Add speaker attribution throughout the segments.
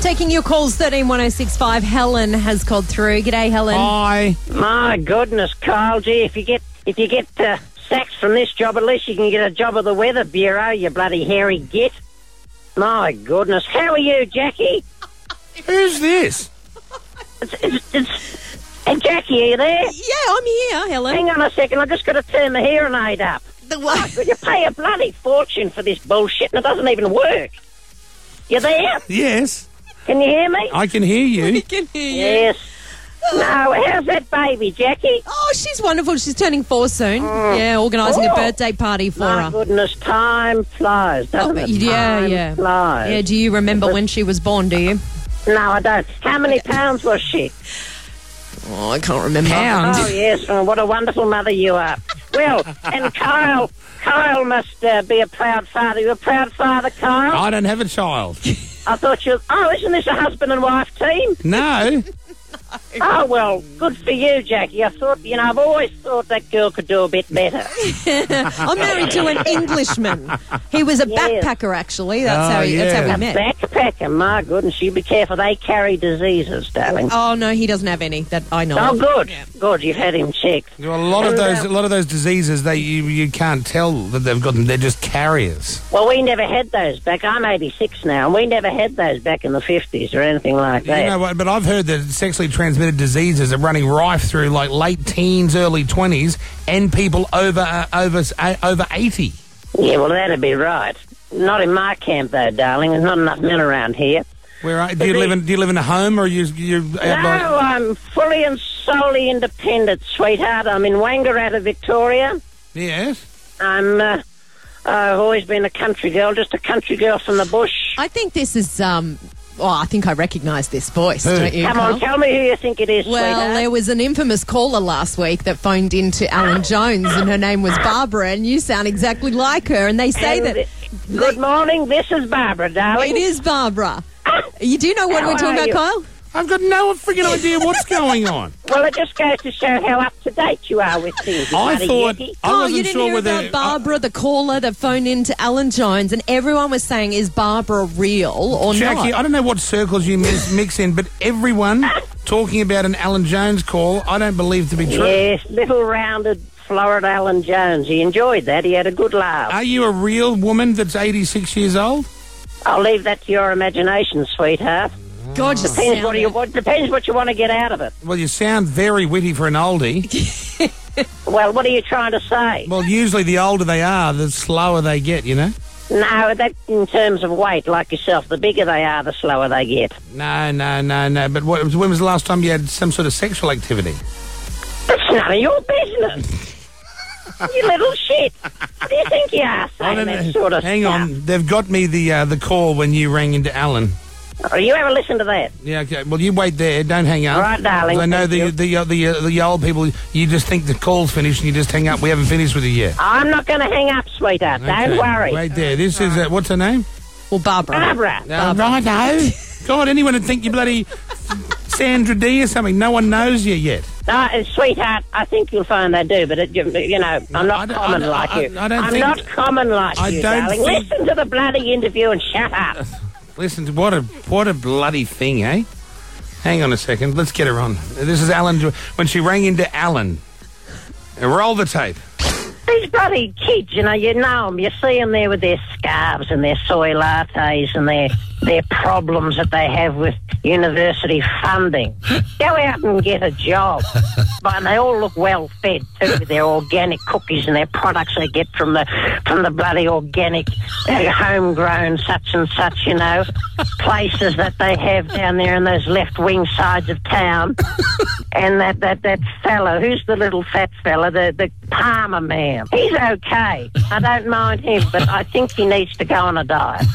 Speaker 1: Taking your calls 131065, Helen has called through. G'day, Helen.
Speaker 2: Oh.
Speaker 3: Hi.
Speaker 2: My goodness, Carl, gee, if you get if you get uh, sacks from this job, at least you can get a job at the Weather Bureau, you bloody hairy git. My goodness, how are you, Jackie?
Speaker 3: Who's this?
Speaker 2: It's, it's, it's... Hey, Jackie, are you there?
Speaker 1: Yeah, I'm here, Helen.
Speaker 2: Hang on a second, I just got to turn the hearing aid up.
Speaker 1: The what?
Speaker 2: You pay a bloody fortune for this bullshit, and it doesn't even work. You there?
Speaker 3: Yes,
Speaker 2: Can you hear me?
Speaker 3: I can hear you.
Speaker 1: I can hear you.
Speaker 2: Yes. No, how's that baby, Jackie?
Speaker 1: Oh, she's wonderful. She's turning four soon. Yeah, organising a
Speaker 2: Oh.
Speaker 1: birthday party for
Speaker 2: My
Speaker 1: her.
Speaker 2: goodness, time flies, doesn't
Speaker 1: Oh,
Speaker 2: it?
Speaker 1: yeah,
Speaker 2: Time
Speaker 1: yeah.
Speaker 2: Flies.
Speaker 1: Yeah, do you remember when she was born, do you?
Speaker 2: No, I don't. How many pounds was she?
Speaker 1: Oh, I can't remember.
Speaker 2: Oh yes, well, what a wonderful mother you are. Well, and Kyle, Kyle must uh, be a proud father. You're a proud father, Kyle.
Speaker 3: I don't have a child.
Speaker 2: I thought you. Oh, isn't this a husband and wife team?
Speaker 3: No.
Speaker 2: Oh well, good for you, Jackie. I thought you know I've always thought that girl could do a bit better.
Speaker 1: I'm married to an Englishman. He was a
Speaker 2: Yes.
Speaker 1: backpacker, actually. That's,
Speaker 3: Oh,
Speaker 1: how, he, that's how
Speaker 3: yeah.
Speaker 1: we met.
Speaker 2: Backpacker, my goodness, you be careful. They carry diseases, darling.
Speaker 1: Oh, no, he doesn't have any that I know
Speaker 2: Oh,
Speaker 1: of.
Speaker 2: good, good. You've had him checked.
Speaker 3: There are a lot of those, a lot of those diseases that you, you can't tell that they've got them. They're just carriers.
Speaker 2: Well, we never had those back. I'm 86 now, and we never had those back in the 50s or anything like that.
Speaker 3: You know what? But I've heard that sexually transmitted diseases are running rife through like late teens, early twenties, and people over uh, over uh, over eighty.
Speaker 2: Yeah, well, that'd be right. Not in my camp, though, darling. There's not enough men around here.
Speaker 3: Where uh, do you live in? Do you live in a home or you you?
Speaker 2: no, I'm fully and solely independent, sweetheart. I'm in Wangaratta, Victoria.
Speaker 3: Yes.
Speaker 2: I'm. Uh, I've always been a country girl, just a country girl from the bush.
Speaker 1: I think this is, um, oh, I think I recognise this voice,
Speaker 3: Who?
Speaker 1: don't you?
Speaker 2: Come
Speaker 1: Carl?
Speaker 2: on, tell me who you think it is,
Speaker 1: Uh-huh. Well, there
Speaker 2: sweetheart.
Speaker 1: was an infamous caller last week that phoned in to Alan Jones, and her name was Barbara, and you sound exactly like her. And they say
Speaker 2: And
Speaker 1: that
Speaker 2: th- Good morning. This is Barbara, darling.
Speaker 1: it is Barbara. You do know what
Speaker 2: How
Speaker 1: we're talking
Speaker 2: are
Speaker 1: about,
Speaker 2: you?
Speaker 1: Kyle?
Speaker 3: I've got no freaking idea what's going on.
Speaker 2: Well, it just goes to show how up to date you are with things. you
Speaker 3: I
Speaker 2: bloody
Speaker 3: thought
Speaker 2: yeti.
Speaker 3: I
Speaker 1: oh,
Speaker 3: wasn't
Speaker 1: you didn't
Speaker 3: sure
Speaker 1: hear
Speaker 3: whether
Speaker 1: about Barbara, the caller that phoned in to Alan Jones, and everyone was saying, "Is Barbara real or
Speaker 3: Jackie, I
Speaker 1: not?"
Speaker 3: don't know what circles you mix, mix in, but everyone talking about an Alan Jones call, I don't believe to be true.
Speaker 2: Yes, little rounded Florida Alan Jones. He enjoyed that. He had a good laugh.
Speaker 3: Are you a real woman that's 86 years old?
Speaker 2: I'll leave that to your imagination, sweetheart.
Speaker 1: Gorgeous.
Speaker 2: Depends what, you, what depends what you want to get out of it.
Speaker 3: Well, you sound very witty for an oldie.
Speaker 2: Well, what are you trying to say?
Speaker 3: Well, usually the older they are, the slower they get, you know?
Speaker 2: No, that in terms of weight, like yourself, the bigger they are, the slower they get.
Speaker 3: No, no, no, no. But what, when was the last time you had some sort of sexual activity?
Speaker 2: That's none of your business. you little shit. What do you think you are saying that sort of
Speaker 3: Hang
Speaker 2: stuff?
Speaker 3: on. They've got me the uh, the call when you rang into Alan.
Speaker 2: Oh, you ever listen to that?
Speaker 3: Yeah, okay. Well, you wait there. Don't hang up.
Speaker 2: All right, darling.
Speaker 3: 'Cause I know
Speaker 2: Thank
Speaker 3: the,
Speaker 2: you.
Speaker 3: the, uh, the, uh, the old people, you just think the call's finished and you just hang up. We haven't finished with it yet.
Speaker 2: I'm not going to hang up, sweetheart. Don't
Speaker 3: Okay,
Speaker 2: worry.
Speaker 3: Wait there. This is uh, what's her name?
Speaker 1: Well, Barbara.
Speaker 2: Barbara.
Speaker 3: Uh, righto. God, anyone would think you bloody Sandra D or something. No one knows you yet.
Speaker 2: Uh, sweetheart, I think you'll find they do, but it, you, you know, I'm
Speaker 3: I
Speaker 2: not
Speaker 3: don't-
Speaker 2: common
Speaker 3: I don't-
Speaker 2: like
Speaker 3: I-
Speaker 2: you.
Speaker 3: I don't
Speaker 2: am
Speaker 3: think-
Speaker 2: not common like
Speaker 3: I
Speaker 2: you,
Speaker 3: don't
Speaker 2: darling.
Speaker 3: think-
Speaker 2: Listen to the bloody interview and shut up.
Speaker 3: Listen to what a what a bloody thing, eh? Hang on a second. Let's get her on. This is Alan. Jo- When she rang into Alan, Uh, roll the tape.
Speaker 2: These bloody kids, you know, you know 'em. You see 'em there with their scarves and their soy lattes and their their problems that they have with university funding. Go out and get a job. But and they all look well fed too with their organic cookies and their products they get from the from the bloody organic uh, homegrown such and such, you know, places that they have down there in those left wing sides of town and that, that, that fellow, who's the little fat fella, the, the Palmer man, he's okay. I don't mind him, but I think he needs to go on a diet.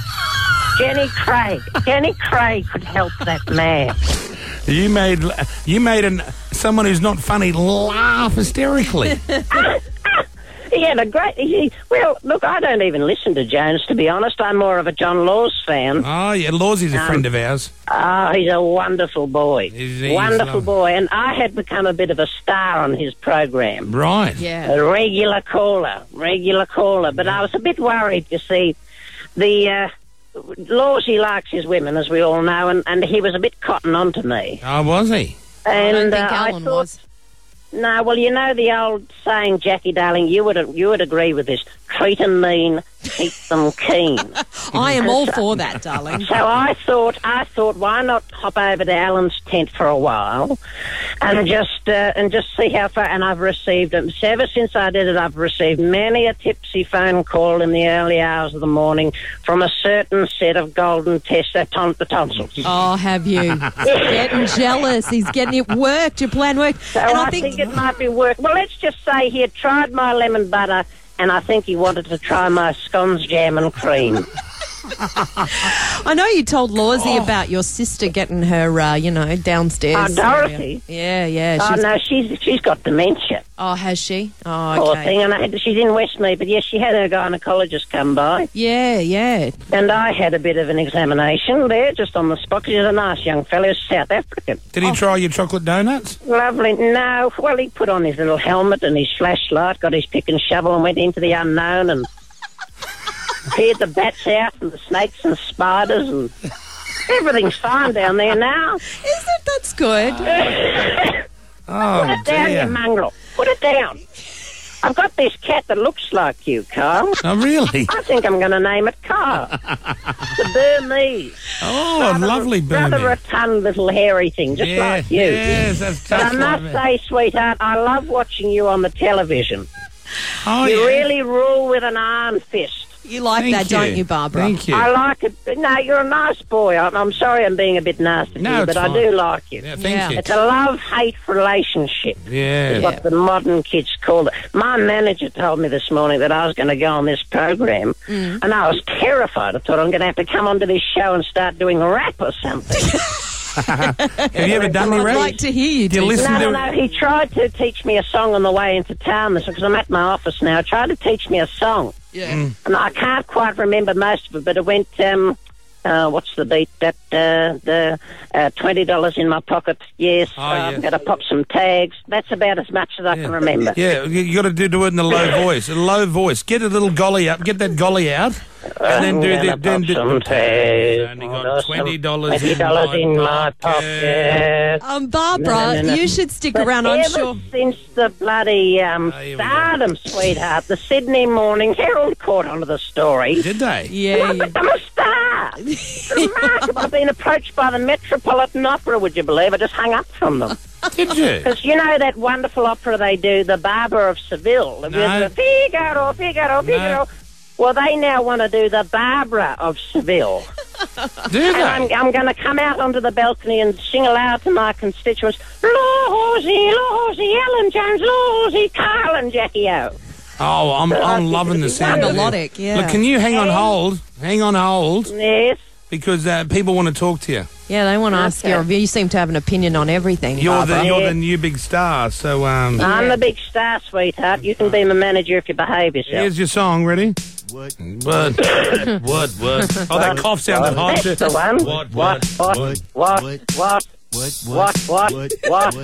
Speaker 2: Jenny Craig, Jenny Craig could help that man.
Speaker 3: You made you made an someone who's not funny laugh hysterically.
Speaker 2: He had a great. He, well, look, I don't even listen to Jones, to be honest. I'm more of a John Laws fan.
Speaker 3: oh yeah, Lawsy's a friend of ours.
Speaker 2: Oh, he's a wonderful boy.
Speaker 3: He's- he's
Speaker 2: wonderful
Speaker 3: lovely.
Speaker 2: boy. And I had become a bit of a star on his program.
Speaker 3: Right.
Speaker 1: Yeah.
Speaker 2: A regular caller, regular caller. But I was a bit worried, you see. The uh, Lawsy likes his women, as we all know, and, and he was a bit cotton on to me.
Speaker 3: Oh, was he?
Speaker 2: And
Speaker 1: I don't think
Speaker 2: uh, I
Speaker 1: Alan
Speaker 2: thought,
Speaker 1: was.
Speaker 2: No, well, you know the old saying, Jackie darling, you would you would agree with this: treat 'em mean, keep them keen.
Speaker 1: I am all for that, darling.
Speaker 2: so I thought, I thought, why not hop over to Alan's tent for a while, and just uh, and just see how far. And I've received them. So ever since I did it, I've received many a tipsy phone call in the early hours of the morning from a certain set of golden testa ton- tonsils.
Speaker 1: Oh, have you? getting jealous. He's getting it worked. Your plan worked.
Speaker 2: So
Speaker 1: and
Speaker 2: I, think, it might be work. Well, let's just say he had tried my lemon butter, and I think he wanted to try my scones jam and cream.
Speaker 1: I know you told Lawsy about your sister getting her, uh, you know, downstairs.
Speaker 2: Oh, Dorothy?
Speaker 1: Yeah, yeah.
Speaker 2: oh
Speaker 1: She's,
Speaker 2: no, she's she's got dementia,
Speaker 1: oh, has she? Oh,
Speaker 2: poor
Speaker 1: okay.
Speaker 2: thing, and I, she's in Westmead. But yes, she had her gynaecologist come by,
Speaker 1: Yeah, yeah.
Speaker 2: and I had a bit of an examination there, just on the spot. 'cause He's a nice young fellow, South African,
Speaker 3: Did he try your chocolate donuts?
Speaker 2: lovely. No, well, he put on his little helmet and his flashlight, got his pick and shovel, and went into the unknown and cleared the bats out and the snakes and spiders and. Everything's fine down there now.
Speaker 1: Isn't it? That's good.
Speaker 3: Oh,
Speaker 2: Down you
Speaker 3: dear.
Speaker 2: mongrel. Put it down. I've got this cat that looks like you, Carl.
Speaker 3: Oh, really?
Speaker 2: I think I'm going to name it Carl. the Burmese.
Speaker 3: Oh, a lovely
Speaker 2: Rather
Speaker 3: Burmese.
Speaker 2: rotund little hairy thing, just
Speaker 3: Yeah,
Speaker 2: like you.
Speaker 3: Yes, that's
Speaker 2: But I
Speaker 3: just like
Speaker 2: must
Speaker 3: me.
Speaker 2: say, sweetheart, I love watching you on the television.
Speaker 3: Oh,
Speaker 2: You
Speaker 3: yeah.
Speaker 2: really rule with an iron fist.
Speaker 1: You like
Speaker 3: Thank
Speaker 1: that, don't you, Barbara?
Speaker 3: Thank you.
Speaker 2: I like it. No, you're a nice boy. I'm, I'm sorry I'm being a bit nasty, to
Speaker 3: No,
Speaker 2: you,
Speaker 3: it's
Speaker 2: but I
Speaker 3: fine.
Speaker 2: do like you.
Speaker 3: Yeah,
Speaker 1: Yeah.
Speaker 3: thank
Speaker 2: It's a love-hate relationship.
Speaker 3: you. Yeah.
Speaker 1: Yeah.
Speaker 2: what the modern kids call it. My manager told me this morning that I was going to go on this program,
Speaker 3: Mm.
Speaker 2: and I was terrified. I thought I'm going to have to come onto this show and start doing rap or something.
Speaker 3: Have you ever done any
Speaker 1: I'd
Speaker 3: rap?
Speaker 1: like to hear you
Speaker 3: Do you
Speaker 1: do
Speaker 3: listen
Speaker 1: that.
Speaker 3: to-
Speaker 2: no, no, no. He tried to teach me a song on the way into town because I'm at my office now. Tried to teach me a song,
Speaker 1: Yeah.
Speaker 3: Mm.
Speaker 2: and I can't quite remember most of it, but it went. Um, uh, what's the beat? That uh, the uh, twenty dollars in my pocket. Yes,
Speaker 3: Oh,
Speaker 2: I've
Speaker 3: yes.
Speaker 2: got to pop some tags. That's about as much as I can remember.
Speaker 3: Yeah, you, you got to do, do it in a low voice. A low voice. Get a little golly up. Get that golly out, and then do the
Speaker 2: I'm
Speaker 3: then
Speaker 2: gonna
Speaker 3: do.
Speaker 2: pop some tape.
Speaker 3: Only
Speaker 2: I've
Speaker 3: got twenty dollars
Speaker 2: $20
Speaker 3: in my,
Speaker 2: in my pocket.
Speaker 1: Um, Barbara,
Speaker 2: No, no, no.
Speaker 1: you should stick
Speaker 2: But
Speaker 1: around.
Speaker 2: ever
Speaker 1: I'm sure.
Speaker 2: since the bloody um,
Speaker 3: Oh, here we go.
Speaker 2: stardom, sweetheart, the Sydney Morning Herald caught onto the story.
Speaker 3: Did they?
Speaker 1: Yeah,
Speaker 2: I've
Speaker 1: yeah.
Speaker 2: become a star. It's remarkable. I've been approached by the Metropolitan Opera, would you believe? I just hung up from them.
Speaker 3: Did you?
Speaker 2: Because you know that wonderful opera they do, The Barber of Seville? It
Speaker 3: No.
Speaker 2: was the Figaro, Figaro, Figaro. Well, they now want to do The Barbara of Seville.
Speaker 3: Do
Speaker 2: And I'm,
Speaker 3: they?
Speaker 2: I'm going to come out onto the balcony and sing aloud to my constituents, Lawsy, Lawsy, Ellen Jones, Lawsy, Carl and Jackie O.
Speaker 3: Oh, I'm I'm loving the sound. of it.
Speaker 1: Melodic, yeah.
Speaker 3: Look, can you hang on hold? Hang on hold
Speaker 2: Yes.
Speaker 3: because uh, people want to talk to you.
Speaker 1: yeah, they want to ask your you. You seem to have an opinion on everything.
Speaker 3: You're the
Speaker 1: Barbara.
Speaker 3: you're
Speaker 2: Yeah.
Speaker 3: the new big star. So um,
Speaker 2: I'm the big star, sweetheart. You can be my manager if you behave yourself.
Speaker 3: here's your song. Ready? What? What? What? What? Oh, that cough sounded hot.
Speaker 2: That's the one.
Speaker 3: What? What?
Speaker 2: What? What? What? What? What? What?